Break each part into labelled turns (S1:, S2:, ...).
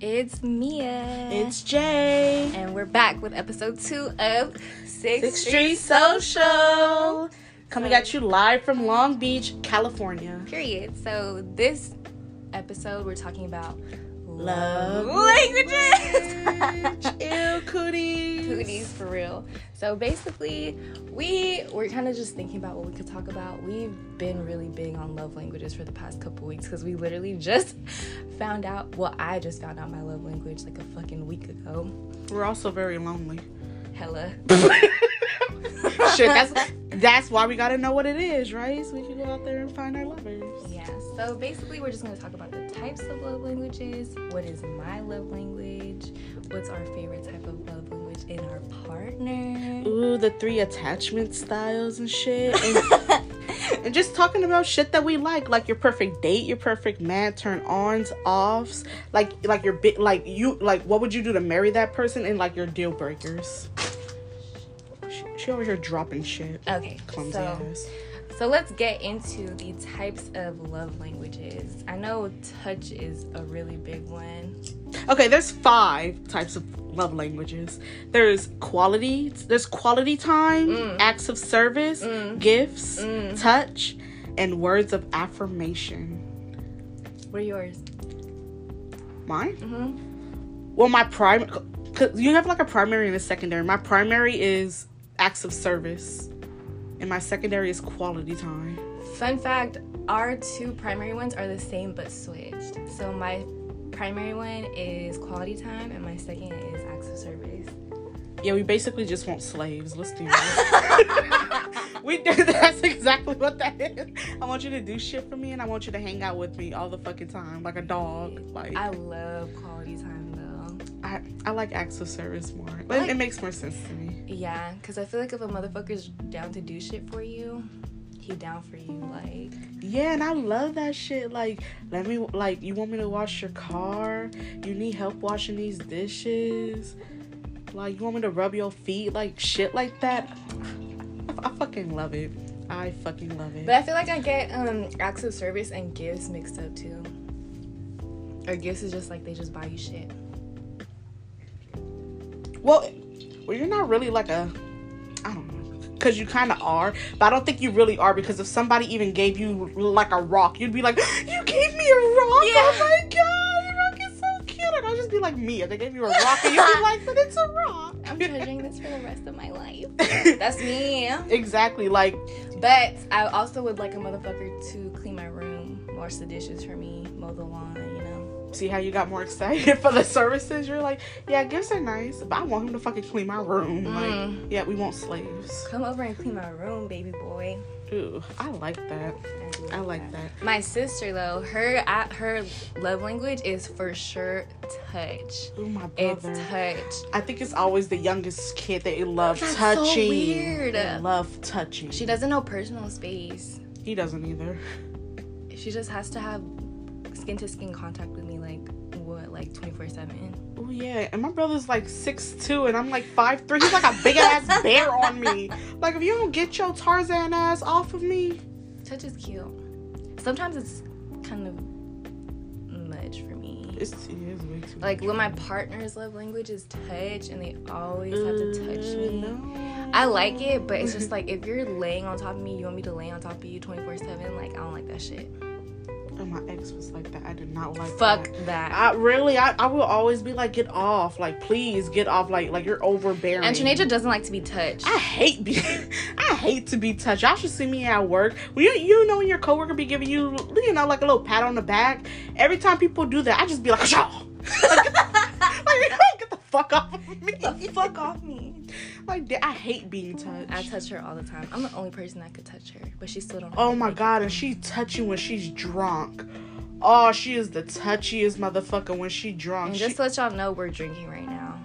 S1: It's Mia.
S2: It's Jay.
S1: and we're back with episode two of Six,
S2: Six Street Social. Coming at you live from Long Beach, California.
S1: Period. So this episode, we're talking about
S2: Love
S1: languages.
S2: Ew, cooties.
S1: Cooties for real. So basically, we were kind of just thinking about what we could talk about. We've been really big on love languages for the past couple weeks because we literally just found out. Well, I just found out my love language like a fucking week ago.
S2: We're also very lonely.
S1: Hella.
S2: Shit, that's that's why we gotta know what it is, right? So we can go out there and find our lovers.
S1: Yeah, so basically, we're just going to talk about the types of love languages. What is my love language? What's our favorite type of love language in our partner?
S2: Ooh, the three attachment styles and shit. And, and just talking about shit that we like, like your perfect date, your perfect man, turn ons, offs, like like your bit, like you, like what would you do to marry that person, and like your deal breakers. She, she over here dropping shit.
S1: okay,
S2: Clumsy
S1: so
S2: ass.
S1: so let's get into the types of love languages. I know touch is a really big one.
S2: Okay, there's five types of love languages. There's quality, there's quality time, acts of service, gifts, touch, and words of affirmation.
S1: What are yours?
S2: Mine? Well, my primary, you have like a primary and a secondary. My primary is acts of service, and my secondary is quality time.
S1: Fun fact our two primary ones are the same but switched. So my primary one is quality time, and my second is acts of service.
S2: Yeah, we basically just want slaves. Let's do that. we do. That's exactly what that is. I want you to do shit for me, and I want you to hang out with me all the fucking time, like a dog. Like
S1: I
S2: I,
S1: love quality time though.
S2: I, like acts of service more. Like,
S1: like-
S2: it makes more sense to me.
S1: Yeah, because I feel like if a motherfucker's down to do shit for you, he down for you. Like,
S2: Yeah, and I love that shit. Like, let me. Like, you want me to wash your car? You need help washing these dishes? Like, you want me to rub your feet? Like, shit like that. I, I fucking love it. I fucking love it.
S1: but I feel like I get um acts of service and gifts mixed up too. Or gifts is just like they just buy you shit.
S2: Well, well, you're not really like a, I don't know, because you kind of are, but I don't think you really are because if somebody even gave you like a rock, you'd be like, you gave me a rock. Oh
S1: Yeah.
S2: my god, your rock is so cute. And I'll just be like, Mia, they gave you a rock, and you'd be like, but it's a rock.
S1: I'm treasuring this for the rest of my life. That's me.
S2: exactly like
S1: But I also would like a motherfucker to clean my room, wash the dishes for me, mow the lawn. You know.
S2: see how you got more excited for the services you're like yeah gifts are nice but i want him to fucking clean my room
S1: Mm.
S2: like yeah we want slaves
S1: Come over and clean my room, baby boy.
S2: ooh i like that
S1: I do
S2: i like that
S1: My sister though, her I- her love language is for sure touch.
S2: ooh my
S1: It's
S2: brother
S1: touch.
S2: I think it's always the youngest kid that they love
S1: That's so
S2: touching.
S1: weird.
S2: They love touching.
S1: She doesn't know personal space.
S2: he doesn't either.
S1: She just has to have skin to skin contact with me like what like 24/7.
S2: Oh yeah, and my brother's like six two, and I'm like five three. He's like a big ass bear on me. Like if you don't get your Tarzan ass off of me,
S1: Touch is cute. Sometimes it's kind of much for me.
S2: it's it is way too.
S1: Like when my partner's love language is touch and they always have to touch me.
S2: Uh, No.
S1: I like it, but it's just like if you're laying on top of me, you want me to lay on top of you 24/7, like I don't like that shit.
S2: And my ex was like that. I did not like.
S1: Fuck
S2: that.
S1: that.
S2: I really, I, I will always be like, get off, like please get off, like like you're overbearing.
S1: Antonasia doesn't like to be touched.
S2: I hate be I hate to be touched. Y'all should see me at work. Well, you you know when your coworker be giving you you know like a little pat on the back. Every time people do that, I just be like, "Shaw." like get the fuck off of me.
S1: Fuck off me.
S2: Like I hate being touched.
S1: I touch her all the time. I'm the only person that could touch her, but she still don't.
S2: oh my god, and she touch you when she's drunk. Oh, she is the touchiest motherfucker when she drunk.
S1: And
S2: She-
S1: just to let y'all know, we're drinking right now.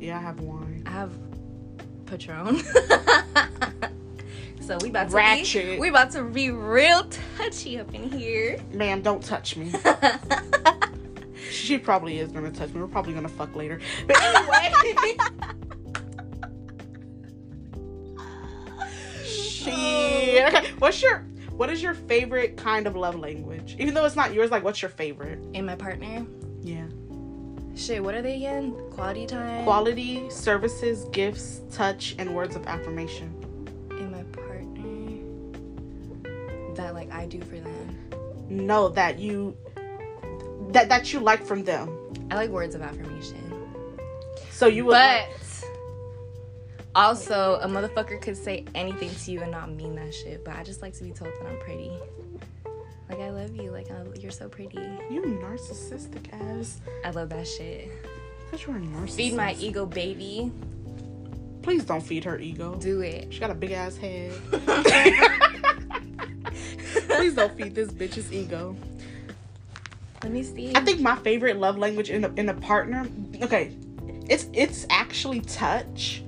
S2: yeah, I have wine.
S1: I have Patron. so we about to be
S2: Ratchet.
S1: we about to be real touchy up in here.
S2: Ma'am, don't touch me. She probably is gonna touch me. We're probably gonna fuck later. But anyway. she. Okay. What's your What is your favorite kind of love language? Even though it's not yours, like what's your favorite?
S1: And my partner,
S2: Yeah.
S1: shit, what are they again? Quality time.
S2: Quality, services, gifts, touch, and words of affirmation.
S1: and my partner that like I do for them.
S2: Know that you that that you like from them.
S1: I like words of affirmation.
S2: So you would
S1: But also a motherfucker could say anything to you and not mean that shit. But I just like to be told that I'm pretty. Like I love you. Like I, you're so pretty.
S2: you narcissistic ass.
S1: I love that shit.
S2: Because you're a narcissist.
S1: Feed my ego, baby.
S2: Please don't feed her ego.
S1: Do it.
S2: She got a big ass head. Please don't feed this bitch's ego.
S1: Let me see.
S2: I think my favorite love language in a, in a partner, okay, it's it's actually touch,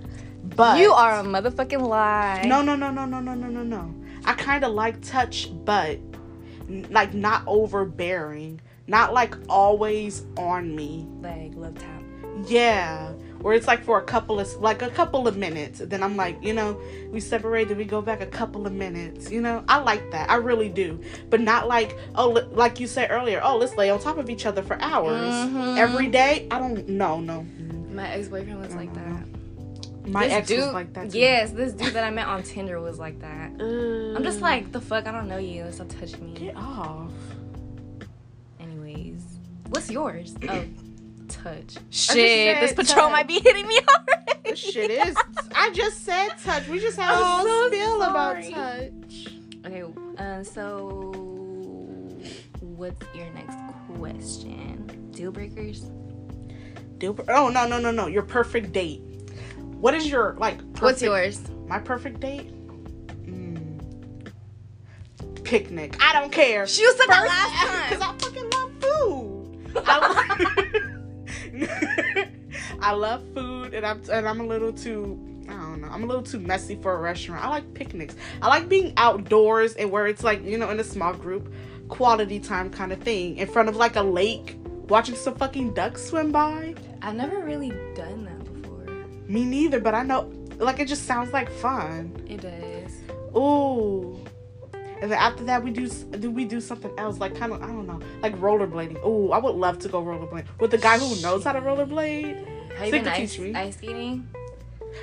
S2: but
S1: you are a motherfucking lie.
S2: no no no no no no no no no. I kind of like touch, but n- like not overbearing, not like always on me.
S1: Like love tap.
S2: Yeah. Where it's like for a couple of like a couple of minutes, then I'm like, you know, we separated, we go back a couple of minutes, you know. I like that, I really do, but not like oh, li- like you said earlier, oh, let's lay on top of each other for hours
S1: Mhm.
S2: every day. I don't, no, no.
S1: My ex-boyfriend was like that.
S2: My
S1: This
S2: ex
S1: dude,
S2: was like that. Too.
S1: Yes, this dude that I met on Tinder was like that. I'm
S2: Mm.
S1: just like the fuck. I don't know you. Stop touching me.
S2: get off.
S1: Anyways, what's yours? Oh, touch.
S2: said
S1: Shit, this patrol
S2: touch.
S1: might be hitting me already.
S2: This shit is. I just said touch. We just had a
S1: Oh, I'm
S2: whole
S1: so
S2: spiel
S1: sorry.
S2: about touch.
S1: Okay. Uh, so, what's your next question? Deal breakers.
S2: Deal. br- Oh no no no no. Your perfect date. What is your like? Perfect,
S1: What's yours?
S2: My perfect date? Mm. Picnic. I don't care.
S1: She was the
S2: First-
S1: last
S2: Cause
S1: time.
S2: I fucking love food. I, I love food, and I'm and I'm a little too. I don't know. I'm a little too messy for a restaurant. I like picnics. I like being outdoors and where it's like you know in a small group, quality time kind of thing in front of like a lake, watching some fucking ducks swim by.
S1: I've never really done that before.
S2: Me neither, but I know like it just sounds like fun.
S1: It does.
S2: Ooh. And then after that, we do s- do we do something else like kind of I don't know like rollerblading. Ooh, I would love to go rollerblading with the guy who knows how to rollerblade.
S1: Have you
S2: Think
S1: been
S2: to
S1: ice,
S2: teach me.
S1: ice skating?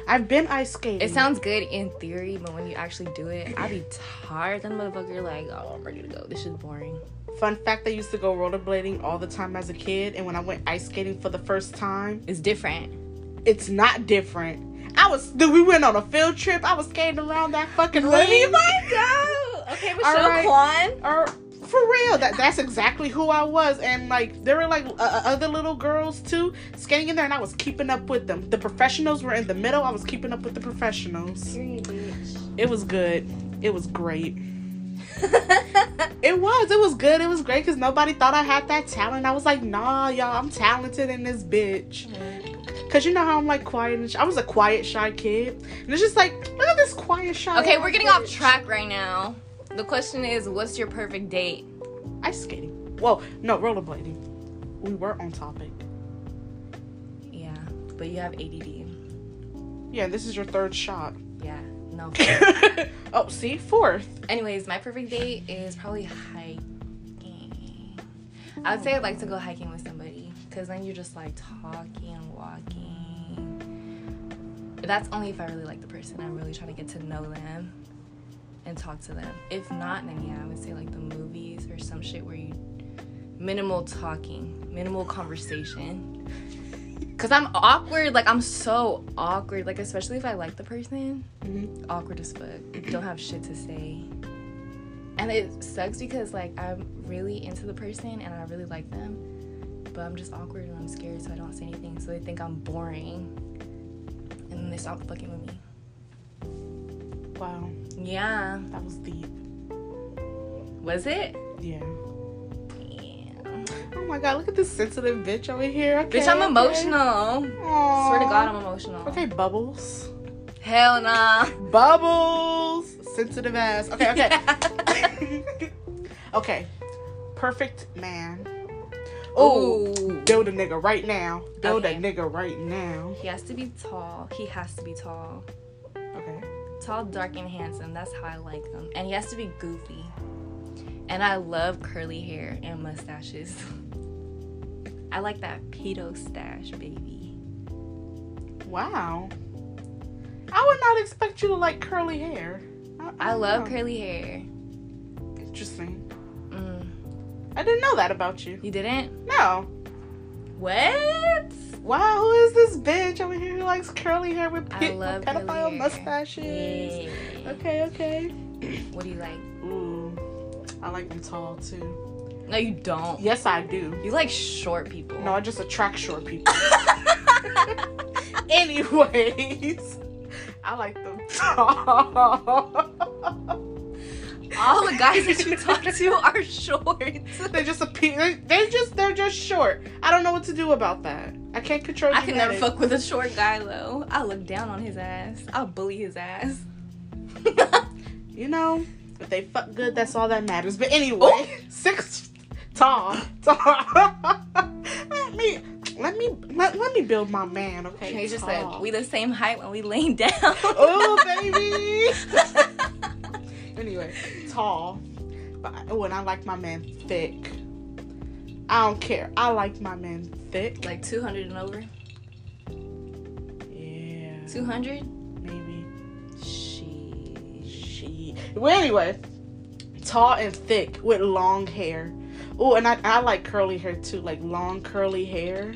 S2: I've been ice skating.
S1: It sounds good in theory, but when you actually do it, I be tired. Then motherfucker, like, oh, I'm ready to go. This is boring.
S2: fun fact. I used to go rollerblading all the time as a kid, and when I went ice skating for the first time,
S1: It's different.
S2: it's not different. I was dude, we went on a field trip. I was skating around that fucking
S1: Let me
S2: lane.
S1: find out. Okay, Michelle
S2: right.
S1: Kwan.
S2: Or for real, that that's exactly who I was, and like there were like uh, uh, other little girls too skating in there, and I was keeping up with them. The professionals were in the middle. I was keeping up with the professionals. It was good. It was great. It was. It was good. It was great because nobody thought I had that talent. I was like, nah, y'all, I'm talented in this bitch.
S1: Mm-hmm.
S2: Cause you know how I'm like quiet. And sh- I was a quiet, shy kid, and it's just like, look at this quiet, shy.
S1: okay,
S2: ass
S1: we're getting off
S2: bitch.
S1: track right now. The question is, what's your perfect date?
S2: Ice skating. Whoa, no rollerblading. We were on topic.
S1: Yeah, but you have ADD.
S2: Yeah, this is your third shot.
S1: Yeah, no.
S2: oh, see, fourth.
S1: Anyways, my perfect date is probably hiking. I would say I'd like to go hiking with somebody because then you're just like talking and walking. But that's only if I really like the person. I'm really trying to get to know them and talk to them. If not, then yeah, I would say like the movies or some shit where you minimal talking, minimal conversation. Cause I'm awkward, like I'm so awkward, like especially if I like the person awkward as fuck. Don't have shit to say. And it sucks because like I'm really into the person and I really like them, but I'm just awkward and I'm scared, so I don't say anything. So they think I'm boring, and then they stop fucking with me.
S2: Wow,
S1: Yeah,
S2: that was deep.
S1: was it?
S2: Yeah.
S1: Damn.
S2: Oh my god, look at this sensitive bitch over here. Okay,
S1: Bitch, I'm
S2: okay.
S1: emotional.
S2: Aw.
S1: Swear to God, I'm emotional.
S2: Okay, bubbles.
S1: Hell nah.
S2: Bubbles. Sensitive ass. Okay, okay. okay. Perfect man. Oh,
S1: Ooh.
S2: build a nigga right now. Build
S1: Okay.
S2: a nigga right now.
S1: He has to be tall. He has to be tall.
S2: Okay.
S1: Tall, dark, and handsome. That's how I like him. And he has to be goofy. And I love curly hair and mustaches. I like that pedo stash, baby.
S2: Wow. I would not expect you to like curly hair.
S1: I love
S2: don't know.
S1: curly hair.
S2: Interesting.
S1: Mm.
S2: I didn't know that about you.
S1: You didn't?
S2: No.
S1: What?
S2: Wow, who is this bitch over here who likes curly hair with,
S1: I
S2: pe- with
S1: love curly
S2: pedophile
S1: hair.
S2: mustaches?
S1: Yeah.
S2: Okay, okay.
S1: What do you like?
S2: Ooh,
S1: Mm.
S2: I like them tall too.
S1: No, you don't.
S2: Yes, I do.
S1: You like short people.
S2: No, I just attract short people. Anyways, I like them tall.
S1: All the guys that you talk to are short.
S2: they just appear. They just they're just short. I don't know what to do about that. I can't control.
S1: I can never
S2: genetics.
S1: fuck with a short guy though. I look down on his ass. I'll bully his ass.
S2: You know, if they fuck good, that's all that matters. But
S1: Oh.
S2: anyway, six tall, tall. let me, let me, let, let me build my man. Okay.
S1: He just
S2: Tall.
S1: said we the same height when we laying down.
S2: Oh baby. anyway, tall. But I- oh, and I like my man thick. I don't care. I like my man thick.
S1: like 200 and over.
S2: Yeah.
S1: 200?
S2: Maybe.
S1: She.
S2: She. Well, anyway, tall and thick with long hair. Oh, and I, I like curly hair too, like long curly hair.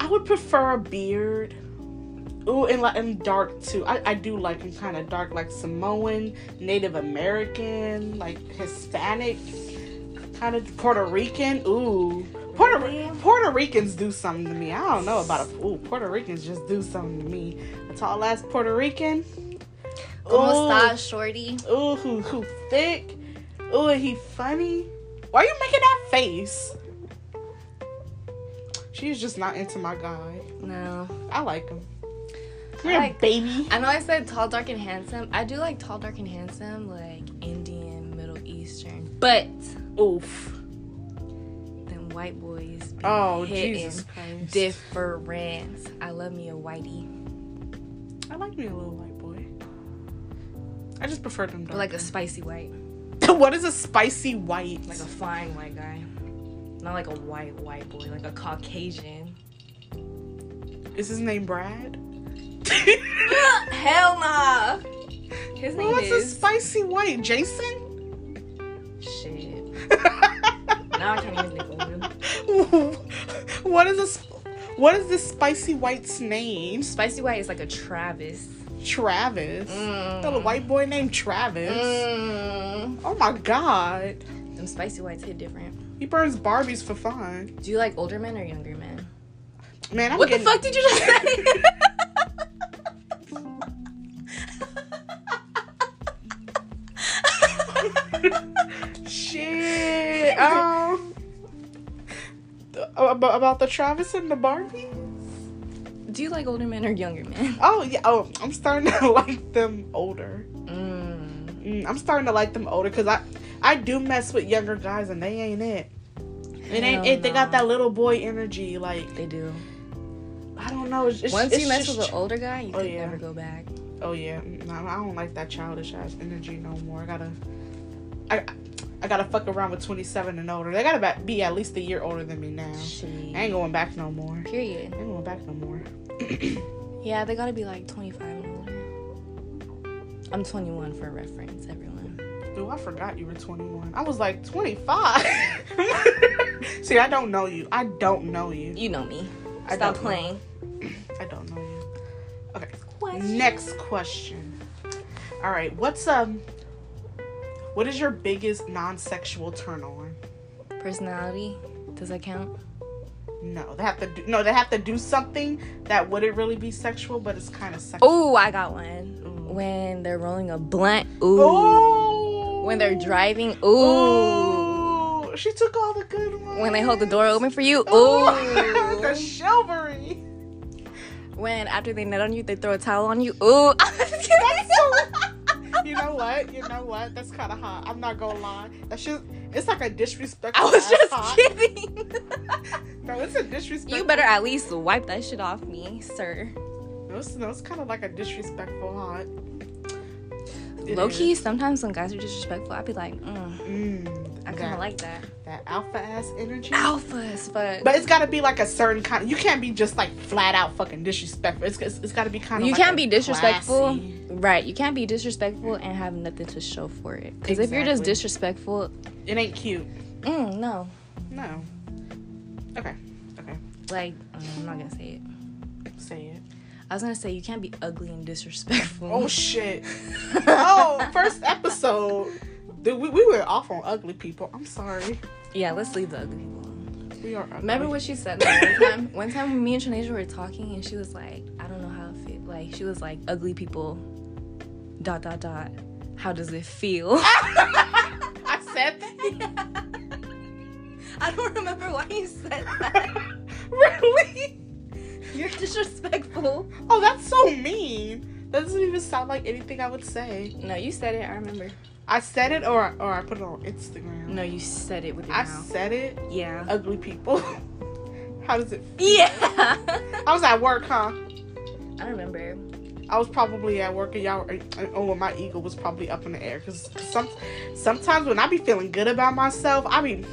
S2: I would prefer a beard. Ooh, and like and dark too. I, I do like him kind of dark, like Samoan, Native American, like Hispanic, kind of Puerto Rican. Ooh, Puerto
S1: Really?
S2: Puerto Ricans do something to me. I don't know about a ooh Puerto Ricans just do something to me. A tall ass Puerto Rican.
S1: Como
S2: Ooh.
S1: está, shorty?
S2: Ooh, who who thick? Ooh, he funny? Why are you making that face? She's just not into my guy.
S1: No.
S2: I like him. Come here,
S1: like-
S2: baby.
S1: I know I said tall, dark, and handsome. I do like tall, dark, and handsome, like Indian, Middle Eastern. But
S2: Oof.
S1: them white boys. Be
S2: Oh,
S1: hitting
S2: Jesus Christ.
S1: Different. I love me a whitey,
S2: I like me a little white boy. I just prefer them
S1: but
S2: dark.
S1: like a spicy white,
S2: what is a spicy white?
S1: like a fine white guy, not like a white white boy, like a Caucasian.
S2: is his name Brad?
S1: Hell nah. His name
S2: What's a
S1: is
S2: spicy white? Jason?
S1: shit. Now I can't even think of him.
S2: what is this? What is this spicy white's name?
S1: Spicy white is like a Travis.
S2: Travis.
S1: Mm.
S2: Got a white boy named Travis.
S1: Mm.
S2: Oh my god.
S1: Them spicy whites hit different.
S2: He burns Barbies for fun.
S1: Do you like older men or younger men?
S2: Man, I'm
S1: What the
S2: getting
S1: fuck did you just say?
S2: shit. Um th- about, about the Travis and the Barbie?
S1: Do you like older men or younger men?
S2: Oh yeah. Oh, I'm starting to like them older.
S1: Mm.
S2: Mm, I'm starting to like them older because I I do mess with younger guys and they ain't it. It ain't
S1: Hell
S2: it. They got
S1: no.
S2: that little boy energy. Like
S1: They do.
S2: I don't know. It's, it's,
S1: Once
S2: it's
S1: you mess
S2: just
S1: with an older guy, you
S2: Oh,
S1: can
S2: yeah.
S1: never go back.
S2: Oh yeah, no, I don't like that childish ass energy no more. I gotta, I, I gotta fuck around with twenty seven and older. They gotta ba- be at least a year older than me now. I ain't going back no more. I
S1: Period.
S2: ain't going back no more.
S1: Yeah, they gotta be like 25 and older. I'm 21 for reference, everyone.
S2: Dude, I forgot you were twenty one. I was like twenty five. See, I don't know you. I don't know you.
S1: You know me.
S2: I
S1: Stop
S2: don't know.
S1: playing.
S2: I don't know you.
S1: Question.
S2: Next question. All right, what's um, what is your biggest non sexual turn on?
S1: Personality. Does that count?
S2: No, they have to do, no, they have to do something that wouldn't really be sexual, but it's kind of sexual.
S1: Ooh, I got one.
S2: Ooh.
S1: When they're rolling a blunt. Mm. Ooh.
S2: Ooh.
S1: When they're driving. Ooh.
S2: Ooh. Oh. She took all the good ones.
S1: When they hold the door open for you.
S2: Ooh. the
S1: Ooh.
S2: chivalry.
S1: when after they nut on you, they throw a towel on you. Ooh.
S2: You know what? You know what? That's kind of hot. I'm not gonna lie. That's just, it's like a disrespectful.
S1: I was Just
S2: ass
S1: kidding.
S2: No, it's a disrespectful.
S1: you better at least wipe that shit off me, sir.
S2: No, it's, no, it's kind of like a disrespectful haunt. It
S1: Low
S2: is.
S1: key, sometimes when guys are disrespectful, I'd be like, mm,
S2: Mm,
S1: I kind
S2: that,
S1: of like that.
S2: that alpha ass energy.
S1: Alphas, but,
S2: But it's gotta be like a certain kind. You can't be just like flat out fucking disrespectful. It's it's, it's gotta be kind of.
S1: you
S2: like
S1: can't
S2: a
S1: be disrespectful.
S2: classy-
S1: Right, you can't be disrespectful and have nothing to show for it. Because if you're just
S2: Exactly.
S1: disrespectful,
S2: It ain't cute.
S1: mm, no.
S2: No. Okay. Okay.
S1: Like, mm, I'm not gonna say it.
S2: Say it.
S1: I was gonna say you can't be ugly and disrespectful.
S2: Oh shit. Oh, first episode. Dude, we, we were off on ugly people. I'm sorry.
S1: yeah, let's leave the ugly people. alone.
S2: We are ugly.
S1: Remember what she said that one time? One time, me and Trinasia were talking, and she was like, "I don't know how it feel." Like she was like, "Ugly people." Dot dot dot. How does it feel?
S2: I said that.
S1: I don't remember why you said that.
S2: really?
S1: You're disrespectful.
S2: Oh, that's so mean. That doesn't even sound like anything I would say.
S1: No, you said it. I remember.
S2: I said it, or or I put it on Instagram.
S1: No, you said it with your
S2: I
S1: mouth.
S2: said it.
S1: Yeah.
S2: Ugly people. How does it?
S1: Yeah.
S2: I was at work, huh?
S1: I remember.
S2: I was probably at work, and y'all. were- and- Oh, and my ego was probably up in the air because some sometimes when I be feeling good about myself, I be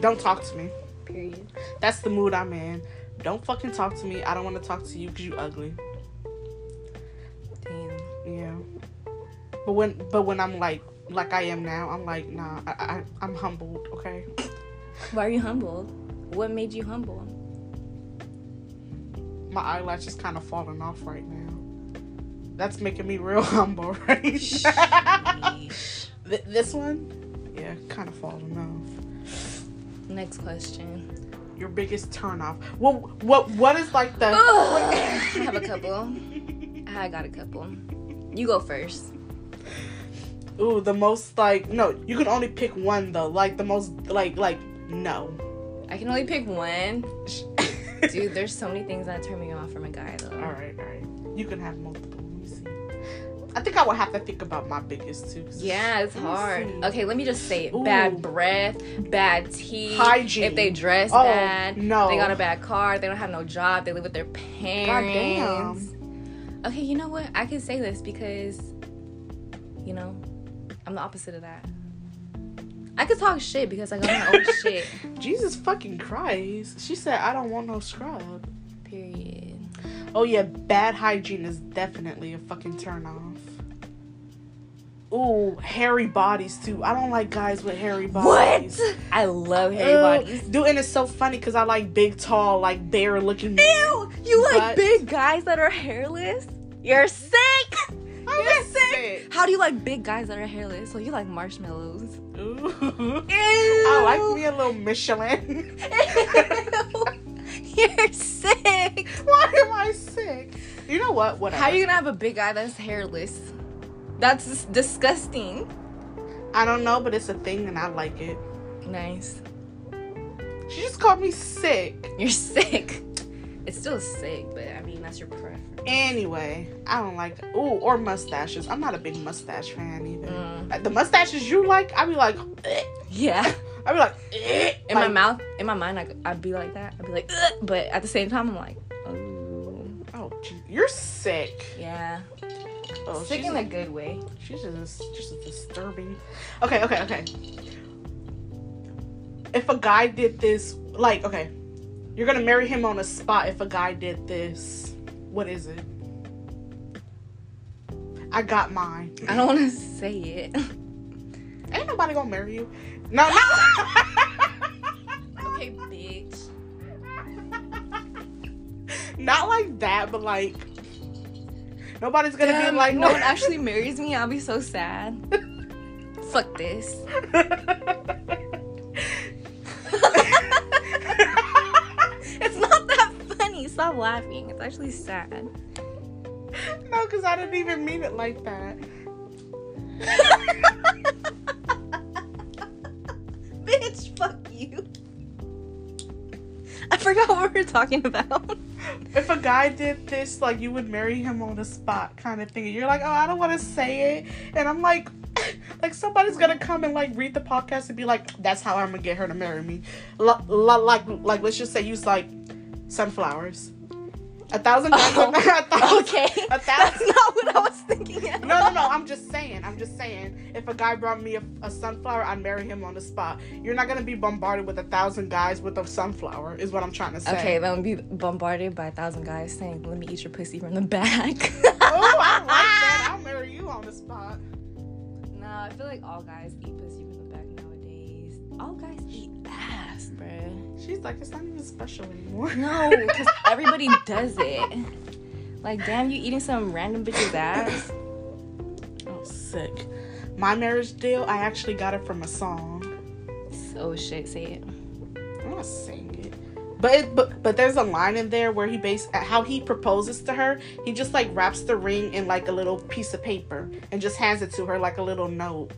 S2: don't talk to me.
S1: Period.
S2: That's the mood I'm in. Don't fucking talk to me. I don't want to talk to you because you ugly.
S1: Damn.
S2: Yeah. But when but when I'm like like I am now, I'm like nah. I, I I'm humbled. Okay.
S1: Why are you humbled? What made you humble?
S2: My eyelash is kind of falling off right now. That's making me real humble right now.
S1: Sheesh.
S2: Th- this one, yeah, kind of falling off.
S1: Next question.
S2: Your biggest turnoff. What what what is like the?
S1: I have a couple. I got a couple. You go first.
S2: Ooh, the most like no. You can only pick one though. Like the most like like no.
S1: I can only pick one. Dude, there's so many things that turn me off from a guy though.
S2: All right, all right. You can have multiple. Let me see. I think I would have to think about my biggest too. 'cause
S1: Yeah, it's
S2: Let me
S1: hard.
S2: see.
S1: Okay, let me just say it.
S2: Ooh.
S1: Bad breath, bad teeth.
S2: Hygiene.
S1: If they dress
S2: Oh,
S1: bad,
S2: no.
S1: they got a bad car, they don't have no job, they live with their parents. Okay, you know what? I can say this because, you know, I'm the opposite of that. I could talk shit because I got my own shit.
S2: Jesus fucking Christ. She said I don't want no scrub.
S1: Period.
S2: Oh yeah, bad hygiene is definitely a fucking turnoff. Ooh, hairy bodies too. I don't like guys with hairy bodies.
S1: I love hairy
S2: Ew.
S1: bodies.
S2: Dude, and it's so funny because I like big, tall, like bear looking.
S1: Ew! You like
S2: But-
S1: big guys that are hairless? You're sick!
S2: I'm sick.
S1: How do you like big guys that are hairless? So you like marshmallows.
S2: Ooh.
S1: Ew!
S2: I like me a little Michelin.
S1: You're sick!
S2: Why am I sick? You know what? Whatever.
S1: How you gonna have a big guy that's hairless? That's dis- disgusting.
S2: I don't know, but it's a thing and I like it.
S1: Nice.
S2: She just called me sick.
S1: You're sick. It's still sick, but I mean that's your preference.
S2: Anyway, I don't like ooh or mustaches. I'm not a big mustache fan either.
S1: Mm.
S2: Like, The mustaches you like, I be like, eh.
S1: Yeah.
S2: I be like, eh.
S1: In my
S2: Like,
S1: mouth, in my mind, I, I'd be like that. I'd be like, Ugh! but at the same time, I'm like, oh,
S2: Oh, gee, you're sick.
S1: yeah.
S2: Oh,
S1: sick
S2: she's,
S1: in a good way.
S2: she's just just a disturbing. Okay, okay, okay. If a guy did this, like, okay, you're gonna marry him on the spot. If a guy did this, what is it? I got mine.
S1: I don't want to say it.
S2: Ain't nobody gonna marry you. No, no.
S1: okay, bitch.
S2: Not like that, but like nobody's gonna
S1: Damn,
S2: be like
S1: no one actually marries me. I'll be so sad. Fuck this. it's not that funny. Stop laughing. It's actually sad.
S2: no, because I didn't even mean it like that.
S1: Bitch, fuck you. I forgot what we were talking about.
S2: If a guy did this, like you would marry him on the spot, kind of thing. You're like, oh, I don't want to say it, and I'm like, Like somebody's gonna come and like read the podcast and be like, "That's how I'm gonna get her to marry me." L- l- like like let's just say use like sunflowers. A thousand times.
S1: Oh,
S2: a thousand,
S1: okay.
S2: A
S1: That's
S2: thousand.
S1: not what I was thinking. at
S2: No, no,
S1: all.
S2: no. I'm just saying. I'm just saying. If a guy brought me a, a sunflower, I'd marry him on the spot. You're not gonna be bombarded with a thousand guys with a sunflower. Is what I'm trying to say.
S1: Okay, then be bombarded by a thousand guys saying, "Let me eat your pussy from the back."
S2: Oh, I like that. I'll marry you on the spot.
S1: No, I feel like all guys eat pussy from the back nowadays. All guys eat ass, bruh.
S2: She's like, it's not even special anymore.
S1: No, because everybody does it. Like, damn, you eating some random bitch's ass?
S2: Sick. My marriage deal, I actually got it from a song.
S1: Oh shit, say it.
S2: I'm not saying it. But, it, but but there's a line in there where he base how he proposes to her. He just like wraps the ring in like a little piece of paper and just hands it to her like a little note.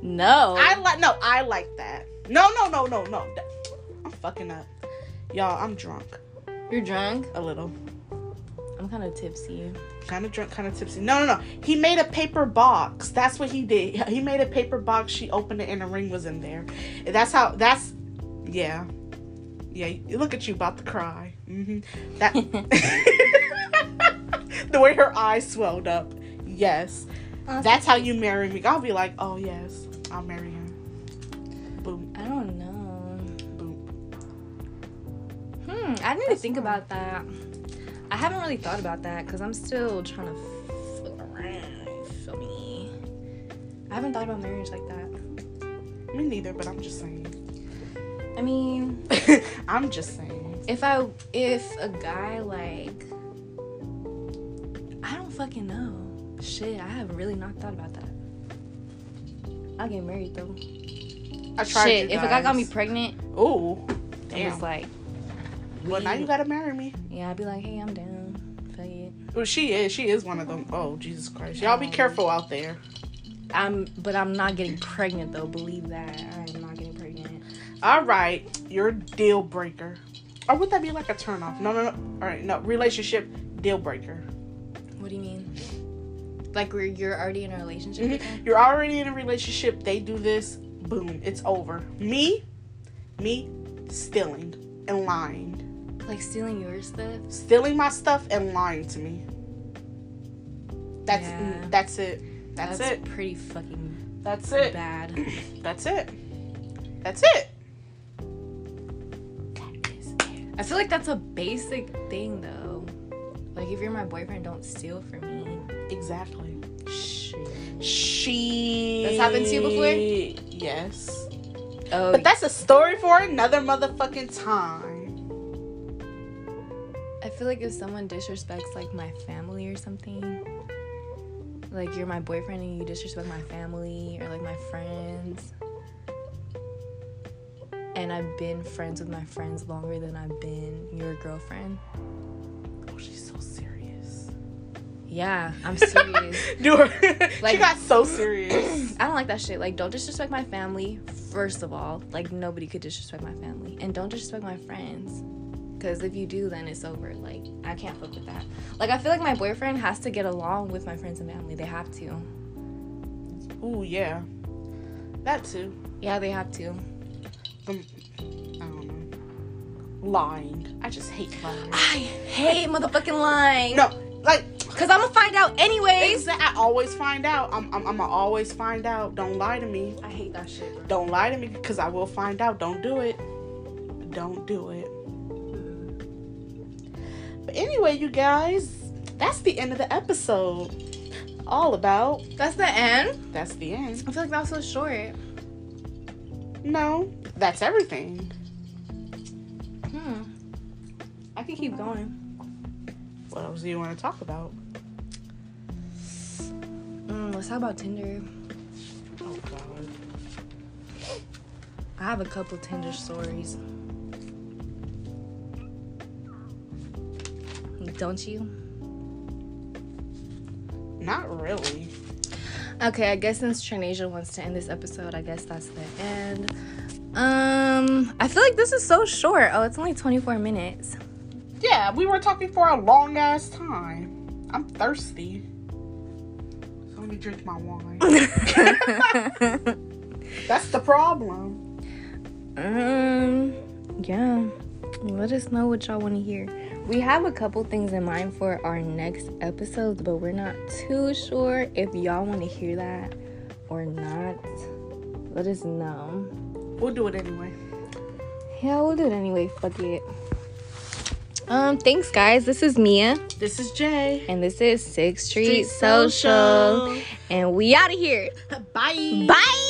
S1: No.
S2: I like no, I like that. No, no, no, no, no. I'm fucking up, y'all. I'm drunk
S1: You're drunk?
S2: a little.
S1: I'm kind of tipsy.
S2: kind of drunk, kind of tipsy. No, no, no. He made a paper box. That's what he did. He made a paper box. She opened it, and a ring was in there. That's how. That's yeah, yeah. you- Look at you, about to cry. hmm That the way her eyes swelled up. Yes, that's how you marry me. I'll be like, oh yes, I'll marry him. Boom,
S1: I don't know.
S2: boom. Oh.
S1: Hmm, I need to think about that. I haven't really thought about that because I'm still trying to fuck around. you Feel me? I haven't thought about marriage like that.
S2: Me neither, but I'm just saying.
S1: I mean,
S2: I'm just saying.
S1: if I if a guy like I don't fucking know. Shit, I have really not thought about that. I'll get married though.
S2: I tried.
S1: Shit,
S2: you
S1: if a guy got me
S2: guys.
S1: pregnant,
S2: Ooh.
S1: I'm
S2: Damn.
S1: just like,
S2: well, now
S1: we-
S2: you gotta marry me.
S1: yeah, I'd be like, hey, I'm down. Fuck it.
S2: Well, she is. She is one of them. Oh, Jesus Christ. Y'all be careful out there.
S1: I'm, but I'm not getting pregnant though. Believe that. I'm not getting pregnant.
S2: All right. You're a deal breaker. Or would that be like a turnoff? No, no, no. All right. No. Relationship deal breaker.
S1: What do you mean? Like we're you're already in a relationship? with them?
S2: You're already in a relationship. They do this. Boom. It's over. Me, me, stealing and lying.
S1: Like stealing your stuff?
S2: Stealing my stuff and lying to me. That's
S1: Yeah.
S2: that's it. That's, it.
S1: Pretty fucking
S2: That's it.
S1: bad.
S2: That's it. That's it.
S1: I feel like that's a basic thing though. Like if you're my boyfriend, don't steal from me.
S2: Exactly.
S1: Shit.
S2: She.
S1: That's happened to you before?
S2: Yes.
S1: Oh,
S2: But that's a story for another motherfucking time.
S1: I feel like if someone disrespects like my family or something, like you're my boyfriend and you disrespect my family or like my friends, and I've been friends with my friends longer than I've been your girlfriend.
S2: Oh, she's so serious.
S1: Yeah, I'm serious.
S2: Do her. she
S1: Like-
S2: got so serious.
S1: I don't like that shit. Like, don't disrespect my family, first of all. Like, nobody could disrespect my family. And don't disrespect my friends. Because if you do, then it's over. Like, I can't fuck with that. Like, I feel like my boyfriend has to get along with my friends and family. They have to.
S2: Ooh, yeah. That too.
S1: Yeah, they have to.
S2: The, I don't know. Lying. I just hate lying.
S1: I hate motherfucking lying.
S2: No, like,
S1: Because I'm going to find out anyways.
S2: things that I always find out. I'm, I'm, I'm gonna always find out. Don't lie to me.
S1: I hate that shit. bro.
S2: Don't lie to me because I will find out. Don't do it. Don't do it. But anyway, you guys, that's the end of the episode. All about
S1: That's the end.
S2: that's the end.
S1: I feel like that was so short.
S2: No, that's everything.
S1: Hmm. I could keep going.
S2: What else do you want to talk about?
S1: Mm, let's talk about Tinder.
S2: Oh God.
S1: I have a couple Tinder stories. Don't you?
S2: Not really.
S1: Okay, I guess since Trinasia wants to end this episode, I guess that's the end. Um, I feel like this is so short. Oh, it's only 24 minutes.
S2: Yeah, we were talking for a long ass time. I'm thirsty. So let me drink my wine. That's the problem.
S1: Um, yeah. Let us know what y'all want to hear. We have a couple things in mind for our next episode, but we're not too sure if y'all want to hear that or not. Let us know.
S2: We'll do it anyway.
S1: Yeah, we'll do it anyway. Fuck it. Um, thanks, guys. This is Mia,
S2: This is Jay.
S1: and this is Sixth Street,
S2: Street
S1: Social.
S2: Social.
S1: and we out of here.
S2: Bye.
S1: Bye.